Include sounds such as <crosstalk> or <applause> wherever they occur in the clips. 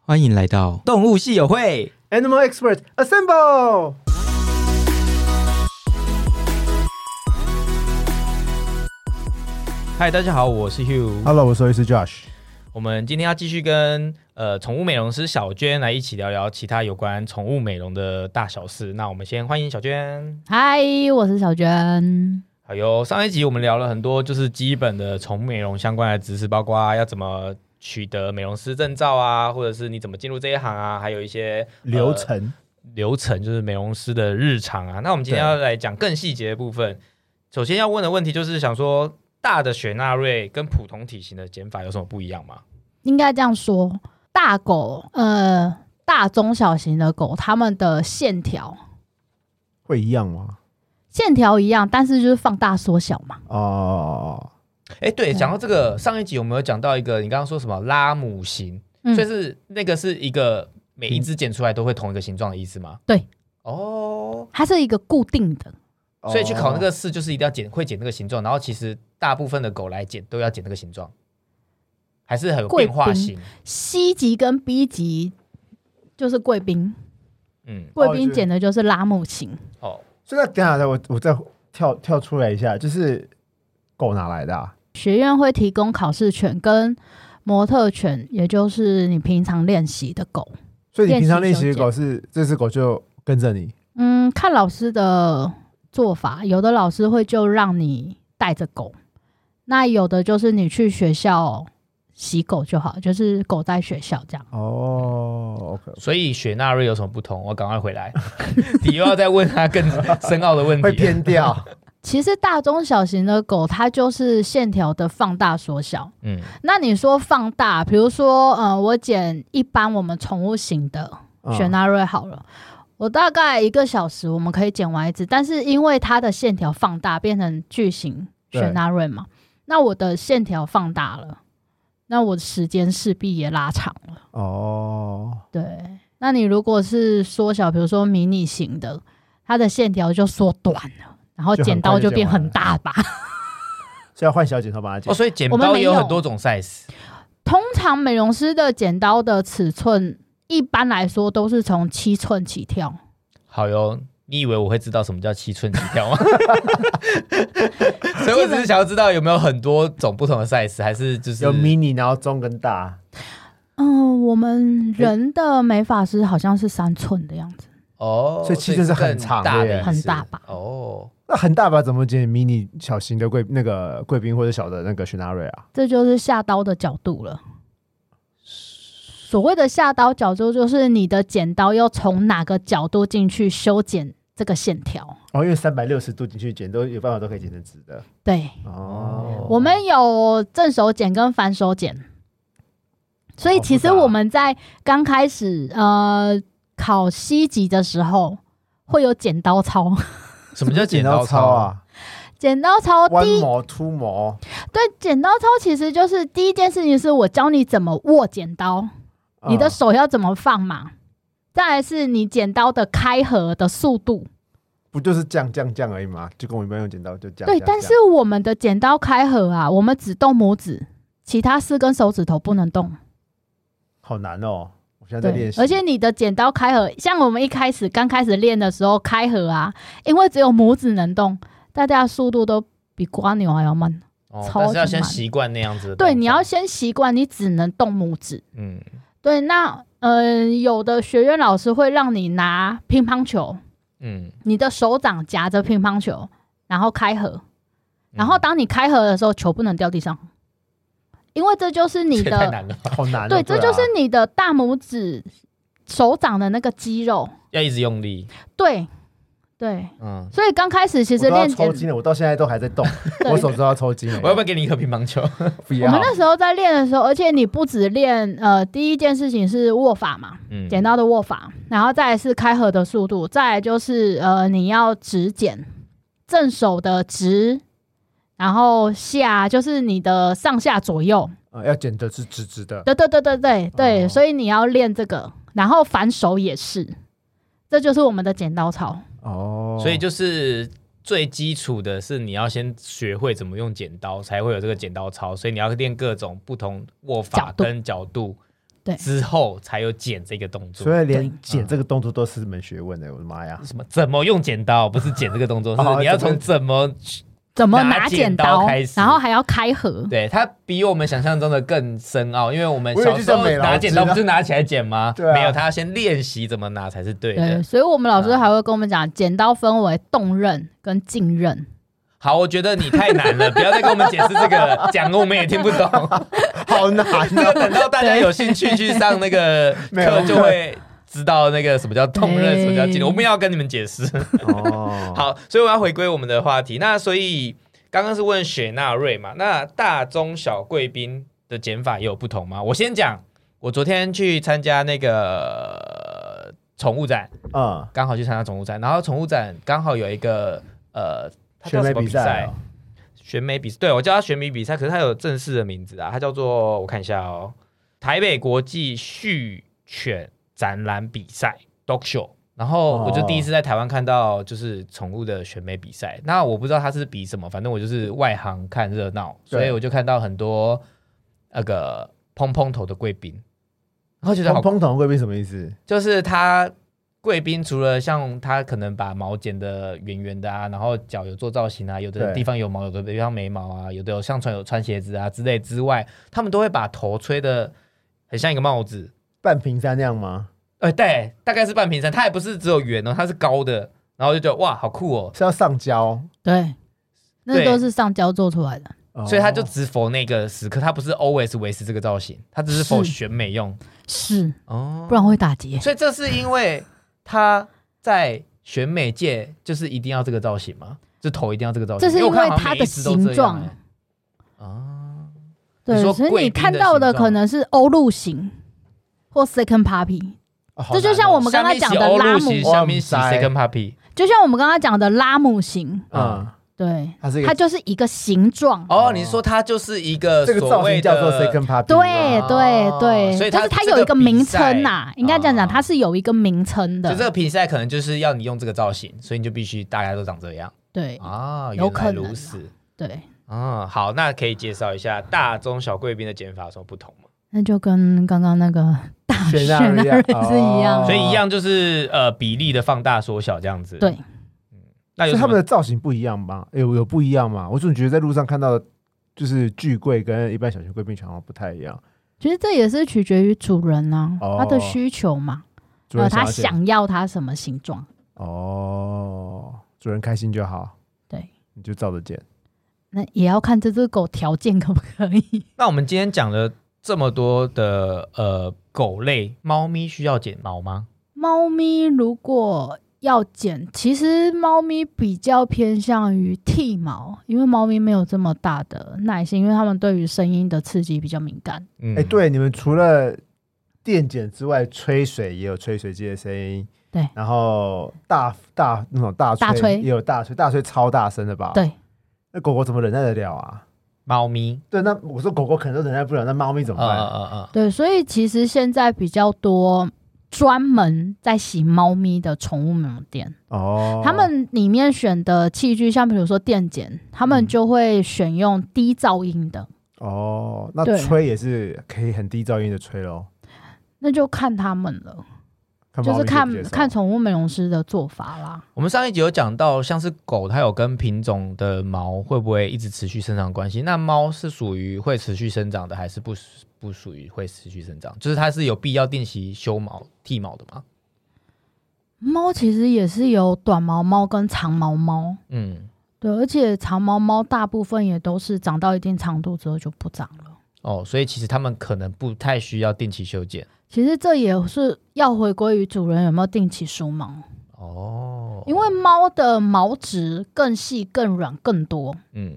欢迎来到动物系友会。 Animal Expert Assemble！嗨，大家好，我是 Hugh。 Hello，我是兽医师呃 Josh。我们今天要继续跟呃宠物美容师小娟来一起聊聊其他有关宠物美容的大小事。那我们先欢迎小娟。嗨，我是小娟。好哟，上一集我们聊了很多就是基本的宠物美容相关的知识，包括要怎么。取得美容师证照啊，或者是你怎么进入这一行啊，还有一些呃流程，流程，就是美容师的日常啊。那我们今天对要来讲更细节的部分。首先要问的问题就是想说，大的雪纳瑞跟普通体型的减法有什么不一样吗？应该这样说，大狗，呃，大中小型的狗，它们的线条会一样吗？线条一样，但是就是放大缩小嘛。哦，哎，对，嗯讲到这个，上一集我们有讲到一个，你刚刚说什么拉姆型，嗯所以是那个是一个每一只剪出来都会同一个形状的意思吗？对。哦，它是一个固定的，所以去考那哦个试就是一定要剪会剪那个形状，然后其实大部分的狗来剪都要剪那个形状，还是很有贵变化宾型。 C 级跟 B 级就是贵宾，嗯，贵哦宾是剪的就是拉姆型。哦，所以那等一下，我我再跳跳出来一下，就是狗哪来的、啊？学院会提供考试犬跟模特犬，也就是你平常练习的狗。所以你平常练练习习的修剪狗是这只狗就跟着你嗯，看老师的做法，有的老师会就让你带着狗，那有的就是你去学校洗狗就好，就是狗在学校这样。哦。OK，所以雪纳瑞有什么不同？我赶快回来， <laughs> 你又要再问他更深奥的问题。会偏掉。其实大中小型的狗，它就是线条的放大缩小。嗯，那你说放大，比如说，嗯、我剪一般我们宠物型的嗯雪纳瑞好了，我大概一个小时我们可以剪完一只，但是因为它的线条放大变成巨型对雪纳瑞嘛，那我的线条放大了，那我的时间势必也拉长了。嗯哦，对，那你如果是缩小，比如说迷你型的，它的线条就缩短了，然后就很剪快刀就就剪变完很了大把。所以要换小剪刀帮它哦，剪。所以剪我们刀没也有有很多种 size。通常美容师的剪刀的尺寸。一般来说都是从七寸起跳，好哟，你以为我会知道什么叫七寸起跳吗？ <laughs> 所以我只是想要知道有没有很多种不同的 size，还是就是有 mini，然后中跟大。嗯，我们人的美发师好像是三寸的样子，哦，所以七寸是很长的啊所以耶更大的很大吧哦，那很大吧？怎么剪 mini 小型的贵那个贵宾或者小的那个雪纳瑞啊？这就是下刀的角度了。所谓的下刀角度，就是你的剪刀要从哪个角度进去修剪这个线条。哦，因为三百六十度进去剪都有办法都可以剪成直的。对，哦，我们有正手剪跟反手剪，所以好复其实杂啊我们在刚开始呃考西级的时候，会有剪刀操。 <laughs> 什么叫剪刀操操？啊？剪刀操弯哦第一毛、凸毛对剪刀操其实就是第一件事情是我教你怎么握剪刀，你的嗯手要怎么放嘛，再来是你剪刀的开合的速度。不就是降降降而已嘛？就跟我一般用剪刀就降。对，降但是我们的剪刀开合啊，我们只动拇指，其他四根手指头不能动。好难哦，我现在在对练，习。而且你的剪刀开合，像我们一开始刚开始练的时候开合啊，因为只有拇指能动，大家的速度都比瓜牛还要慢。哦，超啊但是要先级慢习惯那样子的动作。对，你要先习惯你只能动拇指。嗯，对，那嗯、呃有的学院老师会让你拿乒乓球，嗯嗯，你的手掌夹着乒乓球，然后开合，嗯嗯然后当你开合的时候，球不能掉地上，因为这就是你这也太的难了吧，好难哦。对，这啊就是你的大拇指手掌的那个肌肉，要一直用力。对对，嗯，所以刚开始其我都实要练抽剪，筋了，我到现在都还在动， <laughs> 对我手都要抽筋了。我要不要给你一颗乒乓球？不我要们？那时候在练的时候，而且你不止练，呃，第一件事情是握法嘛，嗯，剪刀的握法，然后再来是开合的速度，再来就是呃，你要直剪，正手的直，然后下就是你的上下左右，呃要剪的是直直的。对对对对对对，哦所以你要练这个，然后反手也是，这就是我们的剪刀操。哦，所以就是最基础的是你要先学会怎么用剪刀，才会有这个剪刀操。所以你要练各种不同握法角度跟角度，对之后才有剪这个动作。所以连剪这个动作都是门学问的，欸我的 <laughs> 妈呀！什么怎么用剪刀，不是剪这个动 <laughs> 作，是哦你要怎么从怎么怎么拿拿剪剪刀刀开始，然后还要开合。对它比我们想象中的更深奥，因为我们我以为小就时候像美劳拿剪刀不知道是拿起来剪吗？对啊没有，他要先练习怎么拿才是对的对，。所以我们老师嗯还会跟我们讲，剪刀分为动刃跟静刃。好，我觉得你太难了，不要再跟我们解释这个 <laughs> 了，讲了我们也听不懂。好难这个啊！等到大家有兴趣去上那个 <laughs> 没有课，就会知道那个什么叫痛刃，哎什么叫激流。我们要跟你们解释。 <laughs> 哦，好，所以我要回归我们的话题。那所以刚刚是问雪纳瑞嘛？那大中小贵宾的减法也有不同吗？我先讲，我昨天去参加那个呃宠物展，嗯，刚好去参加宠物展，然后宠物展刚好有一个呃，它叫选什美么比比赛啊赛哦？选美比赛，对我叫它选美比赛，可是它有正式的名字啊，它叫做我看一下哦，台北国际续犬展览比赛 （dog show）。然后我就哦第一次在台湾看到就是宠物的选美比赛，那我不知道它是比什么，反正我就是外行看热闹，对所以我就看到很多那个蓬蓬头的贵宾，然后觉得好蓬蓬头贵宾什么意思？就是他贵宾除了像他可能把毛剪的圆圆的啊，然后脚有做造型啊，有的对地方有毛，有的地方没毛啊，有的有上穿有穿鞋子啊之类之外，他们都会把头吹的很像一个帽子。半瓶山那样吗？呃，对，大概是半平身，它也不是只有圆哦，它是高的，然后就觉得哇，好酷哦，是要上交，对，那对都是上胶做出来的。哦所以他就只否那个时刻，他不是 always 维持这个造型，他只是否是选美用是，哦不然会 <laughs> 打结。所以这是因为他在选美界就是一定要这个造型吗？就头一定要这个造型？这是因为我看因为好像它每的一只都这形状样欸啊。对你说，所以贵你宾的看到的形状可能是欧陆型或 second puppy，哦好这就难像哦我们刚刚讲的下面洗欧拉陆姆型，哇下面洗塞 second puppy，就像我们刚刚讲的拉姆型，嗯嗯，对，它是一它个就是一个形状。哦，你说它就是一个这个所造谓的型叫做 second puppy，对吗哦对对，所以它就是它这有个一个比名赛称呐，应该这样哦讲，它是有一个名称就这的。个比赛可能就是要你用这个造型，所以你就必须大家都长这样对啊，有原来可能如啊此对，啊。好，那可以介绍一下大中小贵宾的剪法有什么不同吗？那就跟刚刚那 <laughs> 个大雪雪纳纳瑞亚瑞是一样哦所的。以一样就是呃比例的放大缩小这样子。嗯对，那有所以什他们么的造型不一样吗？有有不一样吗？我总觉得在路上看到的，就是巨贵跟一般小型贵宾犬好像不太一样。其实这也是取决于主人啊，哦他的需求嘛，主呃，人他要剪想要它什么形状。哦，主人开心就好，对，你就照着剪。那也要看这只狗条件可不可以。那我们今天讲了这么多的呃狗类，猫咪需要剪毛吗？猫咪如果要剪，其实猫咪比较偏向于剃毛，因为猫咪没有这么大的耐心，因为它们对于声音的刺激比较敏感。嗯哎、，对，你们除了电剪之外，吹水也有吹水机的声音，对然后大大那种大吹大吹也有大吹，大吹超大声的吧？对，那狗狗怎么忍耐得了啊？猫咪，对，那我说狗狗可能都忍耐不了，那猫咪怎么呃办？呃呃，对，所以其实现在比较多专门在洗猫咪的宠物美容店，啊哦，他们里面选的器具，像比如说电剪，他们嗯就会选用低噪音的，哦，那对吹也是可以很低噪音的吹喽。那就看他们了，看就猫是咪接看不接受看宠物美容师的做法啦。我们上一集有讲到，像是狗，它有跟品种的毛会不会一直持续生长的关系？那猫是属于会持续生长的，还是不不属于会持续生长？就是它是有必要定期修毛、剃毛的吗？猫其实也是有短毛猫跟长毛猫，嗯，对，而且长毛猫大部分也都是长到一定长度之后就不长了。哦，所以其实它们可能不太需要定期修剪。其实这也是要回归于主人有没有定期梳毛。哦，因为猫的毛质更细、更软、更多。嗯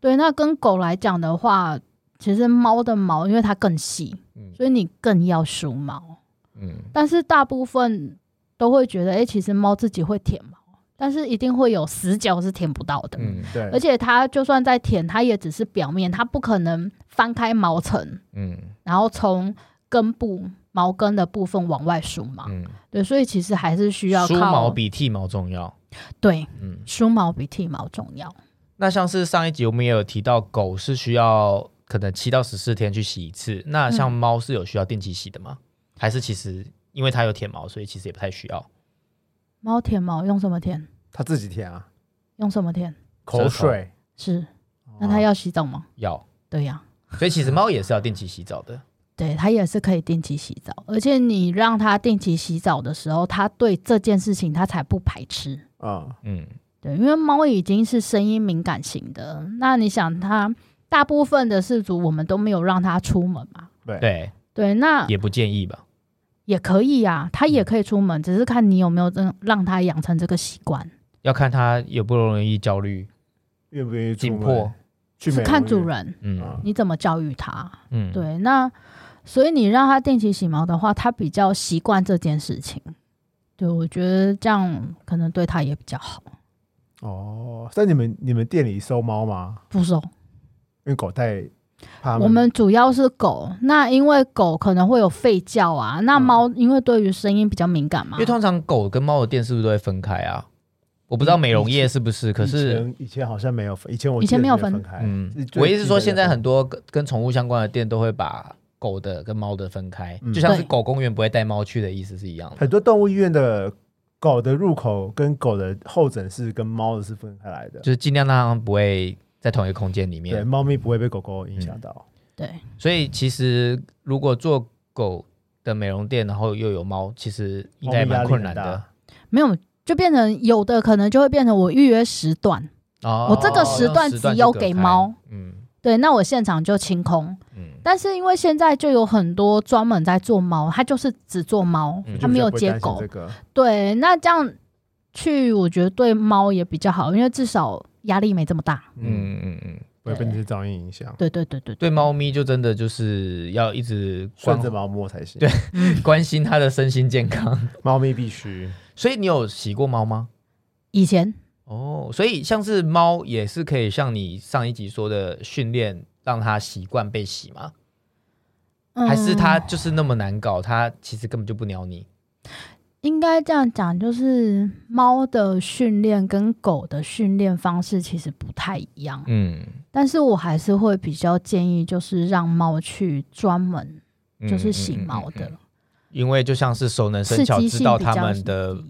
对，那跟狗来讲的话，其实猫的毛因为它更细，嗯所以你更要梳毛。嗯，但是大部分都会觉得，哎、其实猫自己会舔毛，但是一定会有死角是舔不到的。嗯对，而且它就算在舔，它也只是表面，它不可能翻开毛层，嗯然后从根部毛根的部分往外梳毛。嗯，对，所以其实还是需要梳毛靠比剃毛重要。对嗯，梳毛比剃毛重要。那像是上一集我们也有提到，狗是需要可能七到十四天去洗一次。那像猫是有需要定期洗的吗？还是其实因为它有舔毛，所以其实也不太需要？猫舔毛用什么舔？他自己舔啊，用什么舔？口水。是，那它哦要洗澡吗？要，对呀、所以其实猫也是要定期洗澡的。对，它也是可以定期洗澡，而且你让它定期洗澡的时候，它对这件事情它才不排斥。嗯，嗯，对，因为猫已经是声音敏感型的，那你想它大部分的饲主我们都没有让它出门嘛，对，对，对，那也嗯不建议吧。也可以呀、啊，它也可以出门，只是看你有没有让让它养成这个习惯，要看它有不容易焦虑、愿不愿意出紧门迫。去是美看容院主人嗯嗯你怎么教育它。嗯，对，那所以你让它定期洗毛的话，它比较习惯这件事情。对，我觉得这样可能对它也比较好。哦。但你们你们店里收猫吗？不收，因为狗太怕它我们主要是狗。那因为狗可能会有吠叫啊，那嗯猫因为对于声音比较敏感嘛因为，通常狗跟猫的店是不是都会分开啊？我不知道美容业是不是，可嗯以是前以前好像没有分，以前我以记前得没有是分分开，嗯哎是，最我意思是说，基本现的在很多跟跟宠物相关的店都会把狗的跟猫的分开，嗯就像是对狗公园不会带猫去的意思是一样的。很多动物医院的狗的入口跟狗的候诊室跟猫的是分开来的就，是尽量让它们不会在同一个空间里对，面。猫咪不会被狗狗影响到。对，所以其实如果做狗的美容店，然后又有猫，其实应该也蛮困难猫咪压的力很。没有就变成有的可能就会变成我预约时段，哦我这个时段只有给猫。嗯对，那我现场就清空。嗯，但是因为现在就有很多专门在做猫，它就是只做猫嗯，它就比没较有不会接担心狗这。个对，那这样去，我觉得对猫也比较好，因为至少压力没这么大。嗯，嗯嗯嗯，不会被那些噪音影响，对对对对对，对猫咪就真的就是要一直顺关着毛摸才 <laughs> 行。对关心它的身心健康。 <laughs> 猫咪必 <laughs> 须所以你有洗过猫吗？以前哦，所以像是猫也是可以像你上一集说的训练，让它习惯被洗吗？嗯还是它他就是那么难搞，它其实根本就不鸟你？应该这样讲，就是猫的训练跟狗的训练方式其实不太一样，嗯，但是我还是会比较建议，就是让猫去专门嗯就是洗毛的，因为就像是熟能嗯生刺巧，激知性道比它较们的低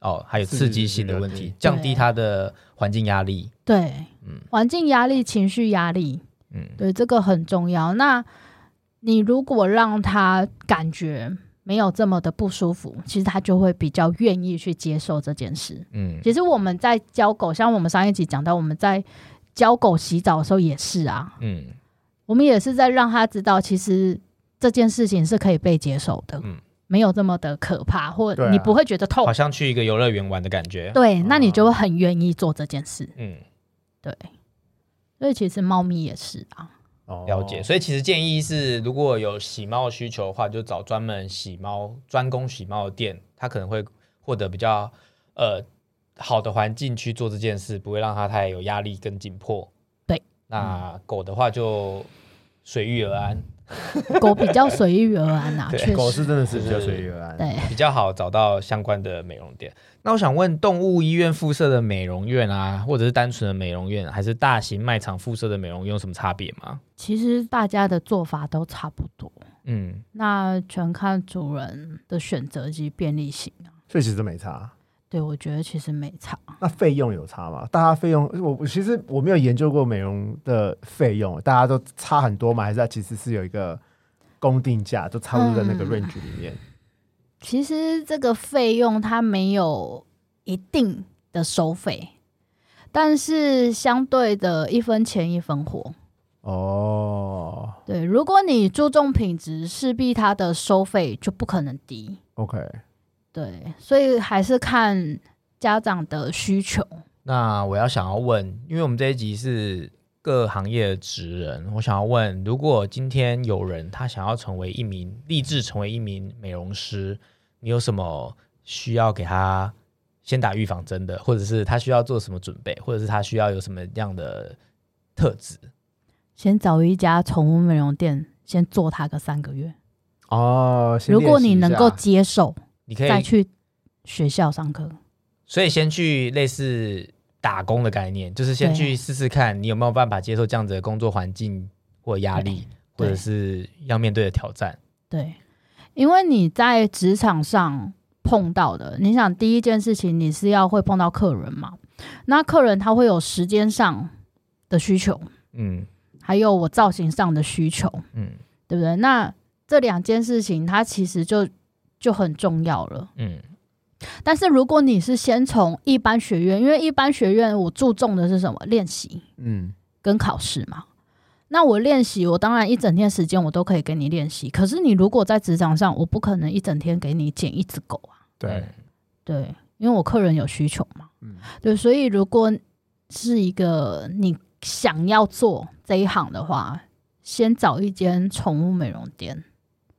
哦，还有刺刺激激性性比的较问低题，降低它的环境压力。对嗯环境压力、情绪压力，嗯，对，这个很重要。那你如果让他感觉没有这么的不舒服，其实他就会比较愿意去接受这件事。嗯其实我们在教狗，像我们上一集讲到，我们在教狗洗澡的时候也是啊，嗯我们也是在让他知道，其实这件事情是可以被接受的，嗯没有这么的可怕，或对啊嗯你不会觉得痛好。像去一个游乐园玩的感觉。对，那你就会很愿意做这件事。嗯，对，所以其实猫咪也是啊。哦了解。所以其实建议是，如果有洗猫的需求的话，就找专门洗猫、专攻洗猫的店，它可能会获得比较呃好的环境去做这件事，不会让它太有压力跟紧迫。对。那狗的话就随遇而安，狗比较随遇而安 <laughs> 啊，对确狗实，是真的是比较随遇而安。对，比较好找到相关的美容店。那我想问，动物医院附设的美容院啊，或者是单纯的美容院，还是大型卖场附设的美容院，有什么差别吗？其实大家的做法都差不多，嗯，那全看主人的选择及便利性啊。所以其实没差。对，我觉得其实没差。那费用有差吗？大家费用，我我其实我没有研究过美容的费用，大家都差很多吗？还是它其实是有一个公定价，都差不多在那个嗯 range 里面？其实这个费用它没有一定的收费，但是相对的一分钱一分货。哦对，如果你注重品质，势必它的收费就不可能低。 ，OK，对，所以还是看家长的需求。那我要想要问，因为我们这一集是各行业的职人，我想要问，如果今天有人他想要成为一名立志成为一名美容师，你有什么需要给他先打预防针的，或者是他需要做什么准备，或者是他需要有什么样的特质？先找一家宠物美容店，先做它个三个月。哦，先如果练习你一下能够接受，你可再以，去学校上课。所以先去类似打工的概念，就是先对去试试看你有没有办法接受这样子的工作环境，或压力，或对者是要面对的挑战。对，因为你在职场上碰到的，你想第一件事情你是要会碰到客人嘛？那客人他会有时间上的需求，嗯还有我造型上的需求，嗯对不对？那这两件事情它其实就就很重要了。嗯但是如果你是先从一般学院，因为一般学院我注重的是什么练习嗯，跟考试嘛。那我练习，我当然一整天时间我都可以给你练习。可是你如果在职场上，我不可能一整天给你剪一只狗啊，对，嗯对，因为我客人有需求嘛，嗯对，所以如果是一个你想要做这一行的话，先找一间宠物美容店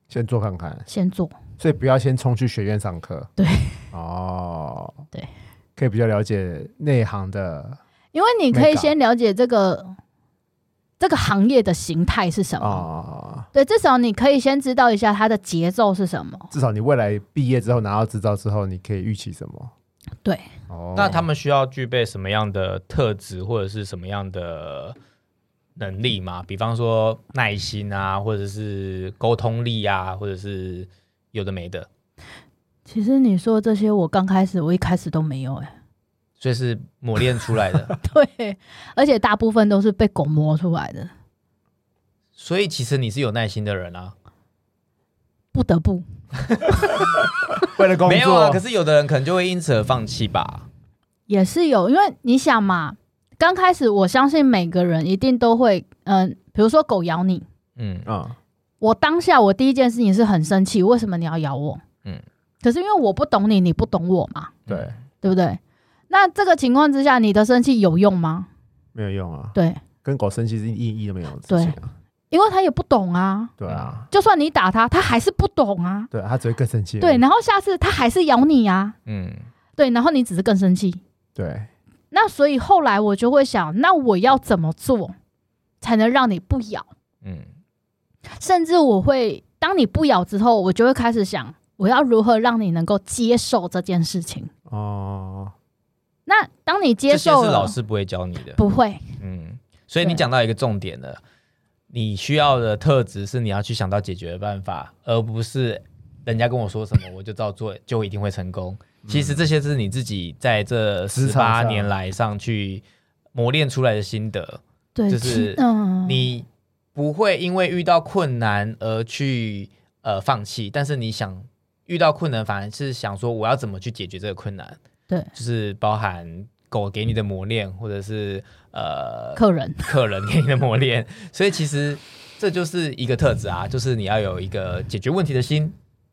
先做看看，先做，所以不要先冲去学院上课。对，哦，对，可以比较了解内行的因为你可以 Mega 先了解这个这个行业的形态是什么。啊，对，至少你可以先知道一下它的节奏是什么。至少你未来毕业之后拿到执照之后，你可以预期什么？对，哦，那他们需要具备什么样的特质，或者是什么样的能力吗？比方说耐心啊，或者是沟通力啊，或者是有的没的，其实你说这些，我刚开始我一开始都没有哎、所以是磨练出来 <laughs> 的。 <laughs> 对，而且大部分都是被狗磨出来的，所以其实你是有耐心的人啊，不得不。为了工没有啊？作可，是有的人可能就会因此而放弃吧。也是有，因为你想嘛，刚开始我相信每个人一定都会，嗯、比如说狗咬你，嗯嗯，我当下我第一件事情是很生气，为什么你要咬我？嗯嗯，可是因为我不懂你，你不懂我嘛，对，对不对？那这个情况之下，你的生气有用吗？没有用啊，对，跟狗生气是意义都没有的事情啊，因为他也不懂啊。对啊，就算你打他，他还是不懂啊。对啊，他只会更生气而已，对，然后下次他还是咬你啊。嗯，对，然后你只是更生气。对，那所以后来我就会想，那我要怎么做才能让你不咬？嗯甚至我会，当你不咬之后，我就会开始想，我要如何让你能够接受这件事情。哦，那当你接这些受是了，老师不会教你的。不会，嗯，所以你对讲到一个重点了，你需要的特质是你要去想到解决的办法，而不是人家跟我说什么我就照做，就一定会成功。其实这些是你自己在这嗯十职场八上年来上去磨练出来的心得，对，就其是嗯，你不会因为遇到困难而去呃放弃，但是你想遇到困难，反而是想说我要怎么去解决这个困难，对就是包含狗给你的磨练，或者是呃客人客人给你的磨练， <laughs> 所以其实这就是一个特质啊，就是你要有一个解决问题的心，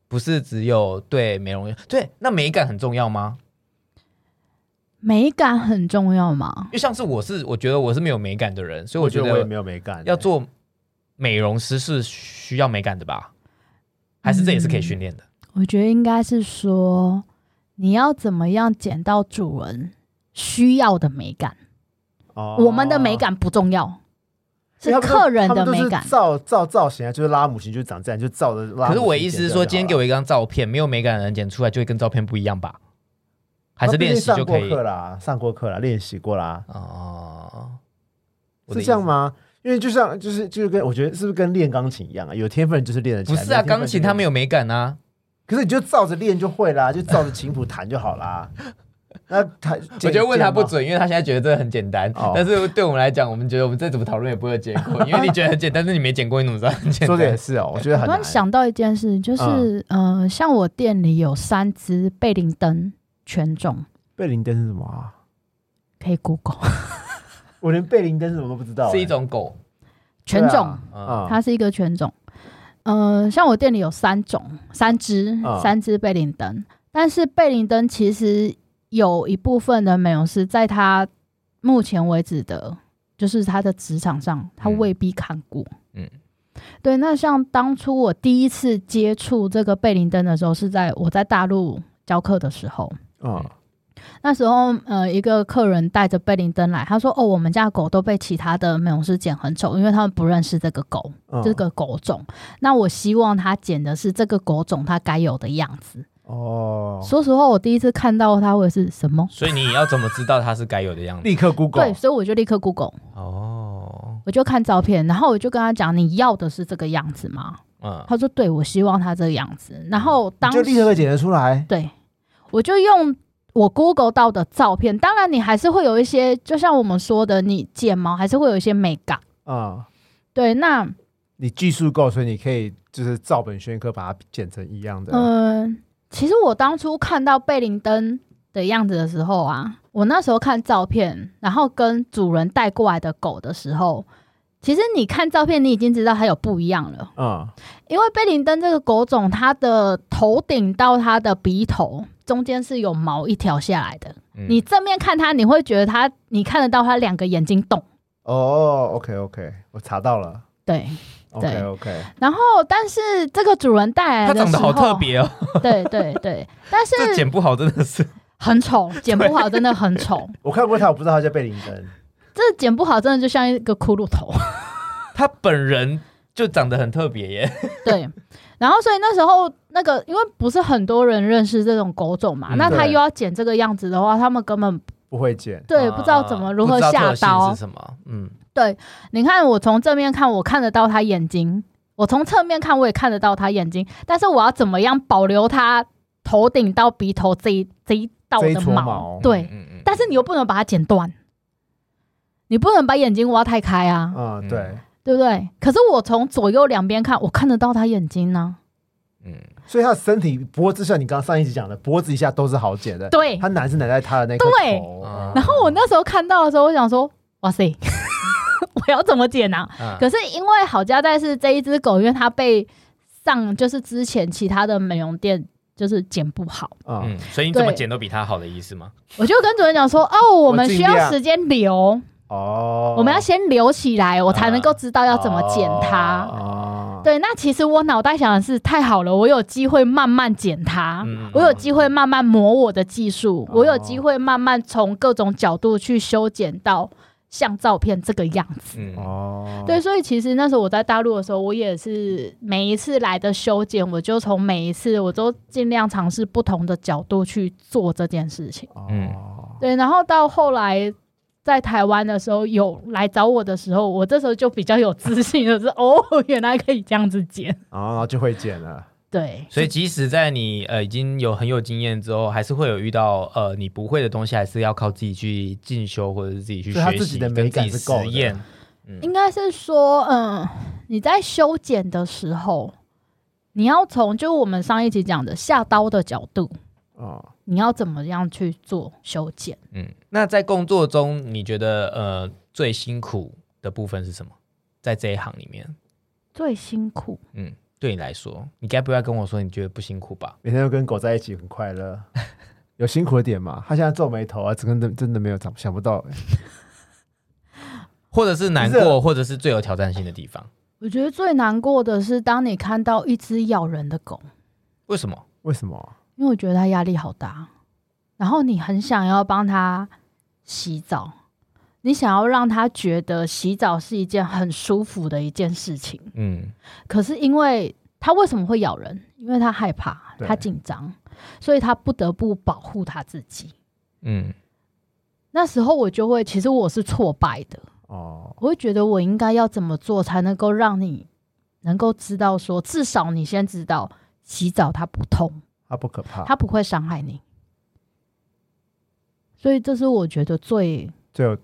不是只有对美容对那美感很重要吗？美感很重要嘛因。为像是我是我觉得我是没有美感的人，所以我我觉觉得我也得没有美感，欸要做美容师是需要美感的吧？还是这也是可以训练嗯的？我觉得应该是说，你要怎么样捡到主人需要的美感。哦，我们的美感不重要，是因为他们都客人他们的都美是感。照照造型啊，就是拉姆型就长这样，就照着拉姆型剪掉就好可了。是我的意思是说，今天给我一张照片，没有美感的人剪出来就会跟照片不一样吧？还是他毕竟练习就可上以过？课啦，上过课啦，练习过啦，哦，我的是意这样思？吗？因为就像就是就是跟我觉得是不是跟练钢琴一样啊？有天分就是练得起不来，是啊，没天分钢就琴练它没有美感啊。可是你就照着练就会啦，就照着琴谱弹就 <laughs> 好啦。那他，我觉得问他不准，准，因为他现在觉得这很简单，哦但是对我们来讲，我们觉得我们再怎么讨论也不会有结 <laughs> 果，因为你觉得很简单，但是你没剪过，你怎么知道很简说的也单？是哦，我觉得我很突然难。想到一件事，就是、呃，像我店里有三只贝灵登犬种，贝林登是什么啊？可以 Google <laughs> 我连贝林登是什么都不知道欸、是一种狗，犬种，嗯它是一个犬种。呃，像我店里有三种，三只，嗯三只贝灵登。但是贝灵登其实有一部分的美容师，在他目前为止的，就是他的职场上，他嗯未必看过。嗯对。那像当初我第一次接触这个贝灵登的时候，是在我在大陆教课的时候。嗯那时候，呃，一个客人带着贝灵登来，他说：“哦，我们家的狗都被其他的美容师剪很丑，因为他们不认识这个狗。”嗯这个狗种。那我希望它剪的是这个狗种它该有的样子。哦，说实话，我第一次看到它，我也是什么？所以你要怎么知道它是该有的样子？立刻对， Google 所以我就立刻 Google。哦，我就看照片，然后我就跟他讲，你要的是这个样子吗？嗯，他说对，我希望他这个样子。然后当就立刻时会解决出来。对，我就用我 Google 到的照片，当然你还是会有一些，就像我们说的，你剪毛还是会有一些美感。嗯，对，那你技术够，所以你可以就是照本宣科把它剪成一样的。嗯，其实我当初看到贝林登的样子的时候啊，我那时候看照片，然后跟主人带过来的狗的时候，其实你看照片，你已经知道它有不一样了。嗯因为贝林登这个狗种，它的头顶到它的鼻头中间是有毛一条下来的。嗯你正面看它，你会觉得它，你看得到它两个眼睛动。哦，OK OK，我查到了。对， OK 对 OK，然后但是这个主人带来它的长时得好候，特别哦， <laughs> 对对对，但是这剪不好真的是，很丑，剪不好真的很丑。我看过他，我不知道他叫贝林登。这剪不好，真的就像一个骷髅头。它本人就长得很特别耶。 <laughs> 对，然后所以那时候那个，因为不是很多人认识这种狗种嘛，嗯那他对又要剪这个样子的话，他们根本不会剪，对、啊不知道怎么如不何知道下特性刀是。什么？嗯，你看我从正面看，我看得到他眼睛；我从侧面看，我也看得到他眼睛。但是我要怎么样保留他头顶到鼻头这一这一道这一的撮毛？毛对，嗯嗯但是你又不能把它剪断，你不能把眼睛挖太开啊。嗯，对，对不对？可是我从左右两边看，我看得到他眼睛呢、嗯，所以他的身体脖子像你刚刚上一集讲的，脖子以下都是好剪的。对他。难是难在他的那个对头啊然后我那时候看到的时候，我想说，哇塞， <laughs> 我要怎么剪啊？啊可是因为好家在是这一只狗，因为它被上就是之前其他的美容店就是剪不好，嗯嗯，所以你怎么对剪都比它好的意思吗？我就跟主任讲说，哦，我们尽需要量时间留，哦，我们要先留起来，我才能够知道要怎么剪它。哦，对，那其实我脑袋想的是，太好了，我有机会慢慢剪它，嗯啊我有机会慢慢磨我的技术，哦我有机会慢慢从各种角度去修剪到像照片这个样子。嗯，哦，对，所以其实那时候我在大陆的时候，我也是每一次来的修剪，我就从每一次我都尽量尝试不同的角度去做这件事情。嗯哦，对，然后到后来在台湾的时候，有来找我的时候，我这时候就比较有自信的是，哦， <laughs> 原来可以这样子剪。然后就会剪了。对，所以即使在你呃已经有很有经验之后，还是会有遇到呃你不会的东西，还是要靠自己去进修或者是自己去所以它学自习，己的跟美自感己是够的实验。嗯应该是说，嗯，你在修剪的时候，你要从就我们上一集讲的下刀的角度，哦，你要怎么样去做修剪？嗯，那在工作中，你觉得呃最辛苦的部分是什么？在这一行里面，最辛苦，嗯，对你来说，你该不要跟我说你觉得不辛苦吧？每天都跟狗在一起很快乐，有辛苦的点嘛？他现在皱眉头啊，真的真的没有想想不到欸、或者是难不是过，或者是最有挑战性的地方？我觉得最难过的是，当你看到一只咬人的狗，为什么？为什么？因为我觉得它压力好大，然后你很想要帮它洗澡，你想要让它觉得洗澡是一件很舒服的一件事情。嗯可是因为它为什么会咬人？因为它害怕，对它紧张，所以它不得不保护它自己。嗯那时候我就会，其实我是挫败的，哦，我会觉得我应该要怎么做才能够让你能够知道说，至少你先知道洗澡它不痛，他不可怕，它不会伤害你。所以这是我觉得最最有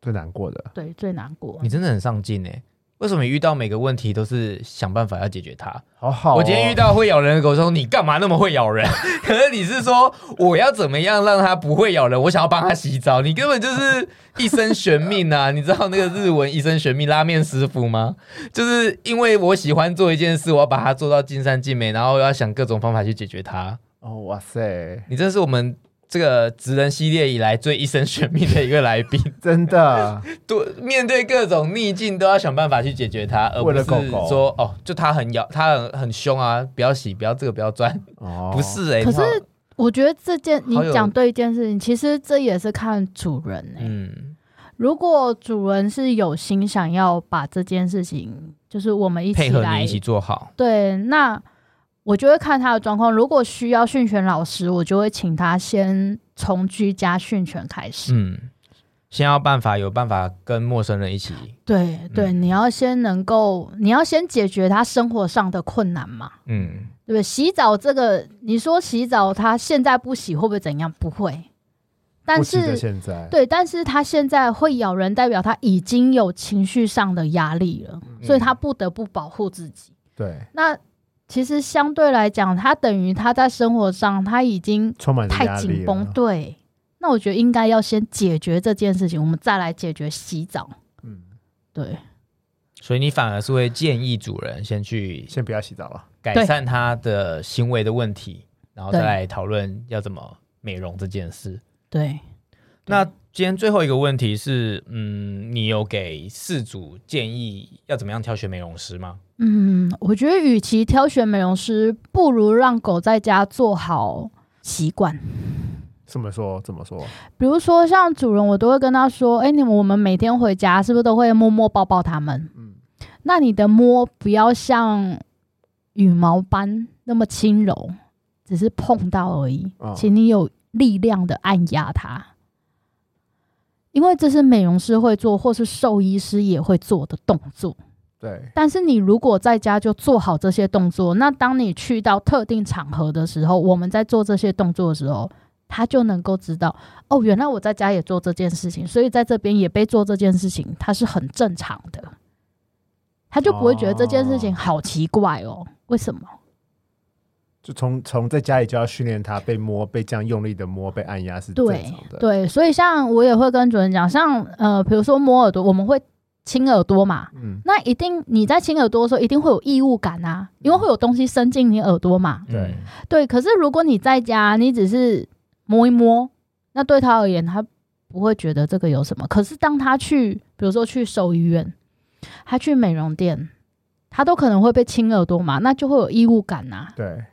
最难过的。对最难过你。真的很上进哎、为什么你遇到每个问题都是想办法要解决它？好好哦、我今天遇到会咬人的狗，说你干嘛那么会咬人？ <laughs> 可是你是说我要怎么样让它不会咬人？我想要帮它洗澡，你根本就是一生悬命啊！你知道那个日文“一生悬命”拉面师傅吗？ <laughs> 就是因为我喜欢做一件事，我要把它做到尽善尽美，然后我要想各种方法去解决它。哦，哇塞，你真是我们这个职人系列以来最一生悬命的一个来宾。 <laughs> 真的对，面对各种逆境都要想办法去解决它，而不为是了说狗狗哦，就它很咬，它很很凶啊，不要洗，不要这个，不要钻，哦，不是哎、欸，可是它我觉得这件你好有讲对一件事情，其实这也是看主人欸嗯，如果主人是有心想要把这件事情，就是我们一起配合来你一起做好，对，那我就会看他的状况。如果需要训犬老师，我就会请他先从居家训犬开始。嗯，先要办法有办法跟陌生人一起，嗯对对，你要先能够，你要先解决他生活上的困难嘛，嗯，对不对？洗澡这个，你说洗澡，他现在不洗会不会怎样？不会，但不急着是现在，对，但是他现在会咬人，代表他已经有情绪上的压力了，嗯所以他不得不保护自己。对，那其实相对来讲，他等于他在生活上他已经充满着太压力紧绷了，。对，那我觉得应该要先解决这件事情，我们再来解决洗澡。嗯，对，所以你反而是会建议主人先去先不要洗澡了。改善他的行为的问题，然后再来讨论要怎么美容这件事。对，那今天最后一个问题是，嗯，你有给事主建议要怎么样挑选美容师吗？嗯，我觉得与其挑选美容师，不如让狗在家做好习惯。怎么说？怎么说？比如说，像主人，我都会跟他说：“哎，你们我们每天回家是不是都会摸摸抱抱它们？嗯那你的摸不要像羽毛般那么轻柔，只是碰到而已，哦请你有力量的按压它，因为这是美容师会做，或是兽医师也会做的动作。”对，但是你如果在家就做好这些动作，那当你去到特定场合的时候，我们在做这些动作的时候，他就能够知道哦，原来我在家也做这件事情，所以在这边也被做这件事情，它是很正常的，他就不会觉得这件事情好奇怪哦，为什么？就从从在家里就要训练它被摸，被这样用力的摸，被按压是正对常的。对，所以像我也会跟主人讲，像呃，比如说摸耳朵，我们会亲耳朵嘛，嗯，那一定你在亲耳朵的时候，一定会有异物感啊，因为会有东西伸进你耳朵嘛。对嗯对，可是如果你在家，你只是摸一摸，那对他而言，他不会觉得这个有什么。可是当他去，比如说去兽医院，他去美容店，他都可能会被亲耳朵嘛，那就会有异物感呐、对，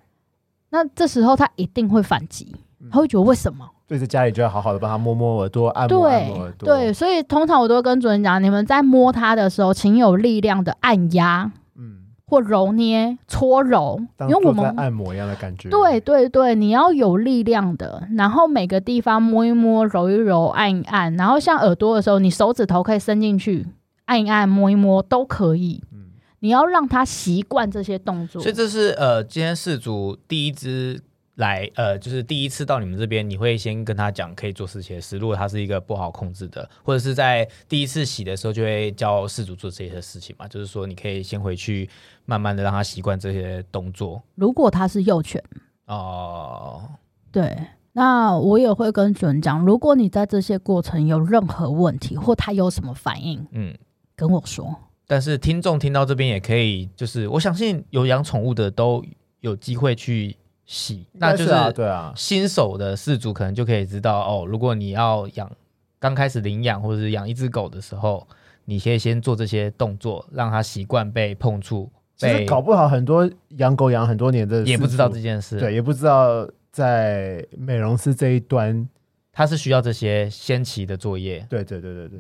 那这时候他一定会反击，他会觉得为什么？所以在家里就要好好的帮它摸摸耳朵，按摩按对摩耳朵。对，，所以通常我都会跟主人讲，你们在摸他的时候，请有力量的按压嗯，或揉捏、搓揉，因当为我做在们按摩一样的感觉。对，对对，你要有力量的，然后每个地方摸一摸、揉一揉、按一按，然后像耳朵的时候，你手指头可以伸进去按一按、摸一摸都可以。嗯，你要让他习惯这些动作所。以这是呃，今天事主第一只来呃，就是第一次到你们这边，你会先跟他讲可以做这些事。如果他是一个不好控制的，或者是在第一次洗的时候，就会教事主做这些事情嘛。就是说，你可以先回去，慢慢的让他习惯这些动作如果他是幼犬，哦。对，那我也会跟主人讲，如果你在这些过程有任何问题，或他有什么反应，嗯，跟我说。但是听众听到这边也可以，就是我相信有养宠物的都有机会去洗，那就应该啊对啊，新手的饲主可能就可以知道哦，如果你要养刚开始领养或者是养一只狗的时候，你可以先做这些动作，让它习惯被碰触，其实被搞不好很多养狗养很多年的也不知道饲这件事，主，对，，也不知道在美容师这一端，它是需要这些先期的作业。对对对对对，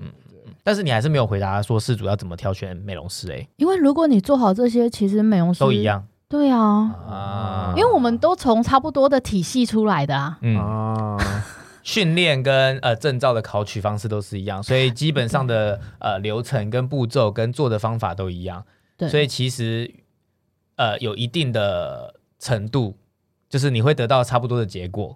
但是你还是没有回答说饲主要怎么挑选美容师、欸，因为如果你做好这些，其实美容师都一。样对啊，啊因为我们都从差不多的体系出来的啊。嗯，啊，训练跟呃证照的考取方式都是一样，所以基本上的呃流程跟步骤跟做的方法都一样。对，所以其实呃有一定的程度，就是你会得到差不多的结果，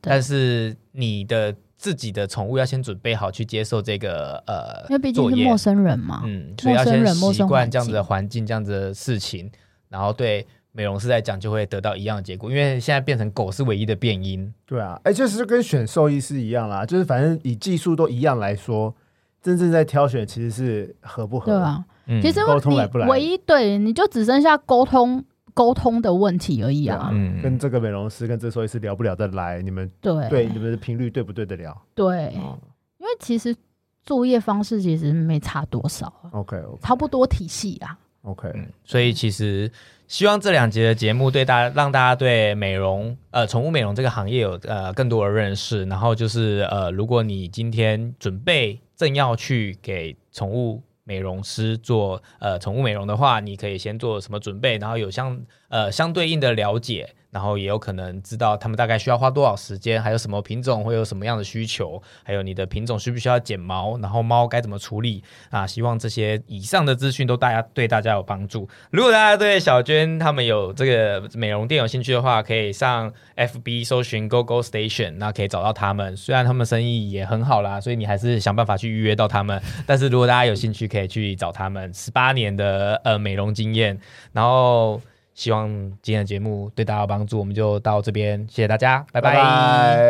对但是你的自己的宠物要先准备好去接受这个呃，因为毕竟作是业陌生人嘛。嗯，所以要陌生先人陌习生惯环这样子的境环境、这样子的事情，然后对美容师来讲就会得到一样的结果，因为现在变成狗是唯一的变音，对啊，哎，就是跟选兽医师一样啦，就是反正以技术都一样来说，真正在挑选其实是合不合，对啊，嗯，其实沟通来不来你唯一对你就只剩下沟通沟通的问题而已啊。嗯跟这个美容师跟这个兽医师聊不聊得来，你们对对哦你们的频率对不对得了对因为其实作业方式其实没差多少啊， ？OK OK 差不多体系啊。 OK，嗯，所以其实希望这两集的节目对大家让大家对美容呃宠物美容这个行业有呃更多的认识，然后就是呃如果你今天准备正要去给宠物美容师做呃宠物美容的话，你可以先做什么准备，然后有相呃相对应的了解。然后也有可能知道他们大概需要花多少时间，还有什么品种会有什么样的需求，还有你的品种需不需要剪毛，然后猫该怎么处理啊？希望这些以上的资讯都大家对大家有帮助。如果大家对小娟他们有这个美容店有兴趣的话，可以上 FB 搜寻 Go Go Station，那可以找到他们。虽然他们生意也很好啦，所以你还是想办法去预约到他们。 <laughs> 但是如果大家有兴趣，可以去找他们十八年的呃美容经验。然后希望今天哎的节目对大家有帮助，我们就到这边，谢谢大家，拜拜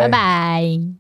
拜拜。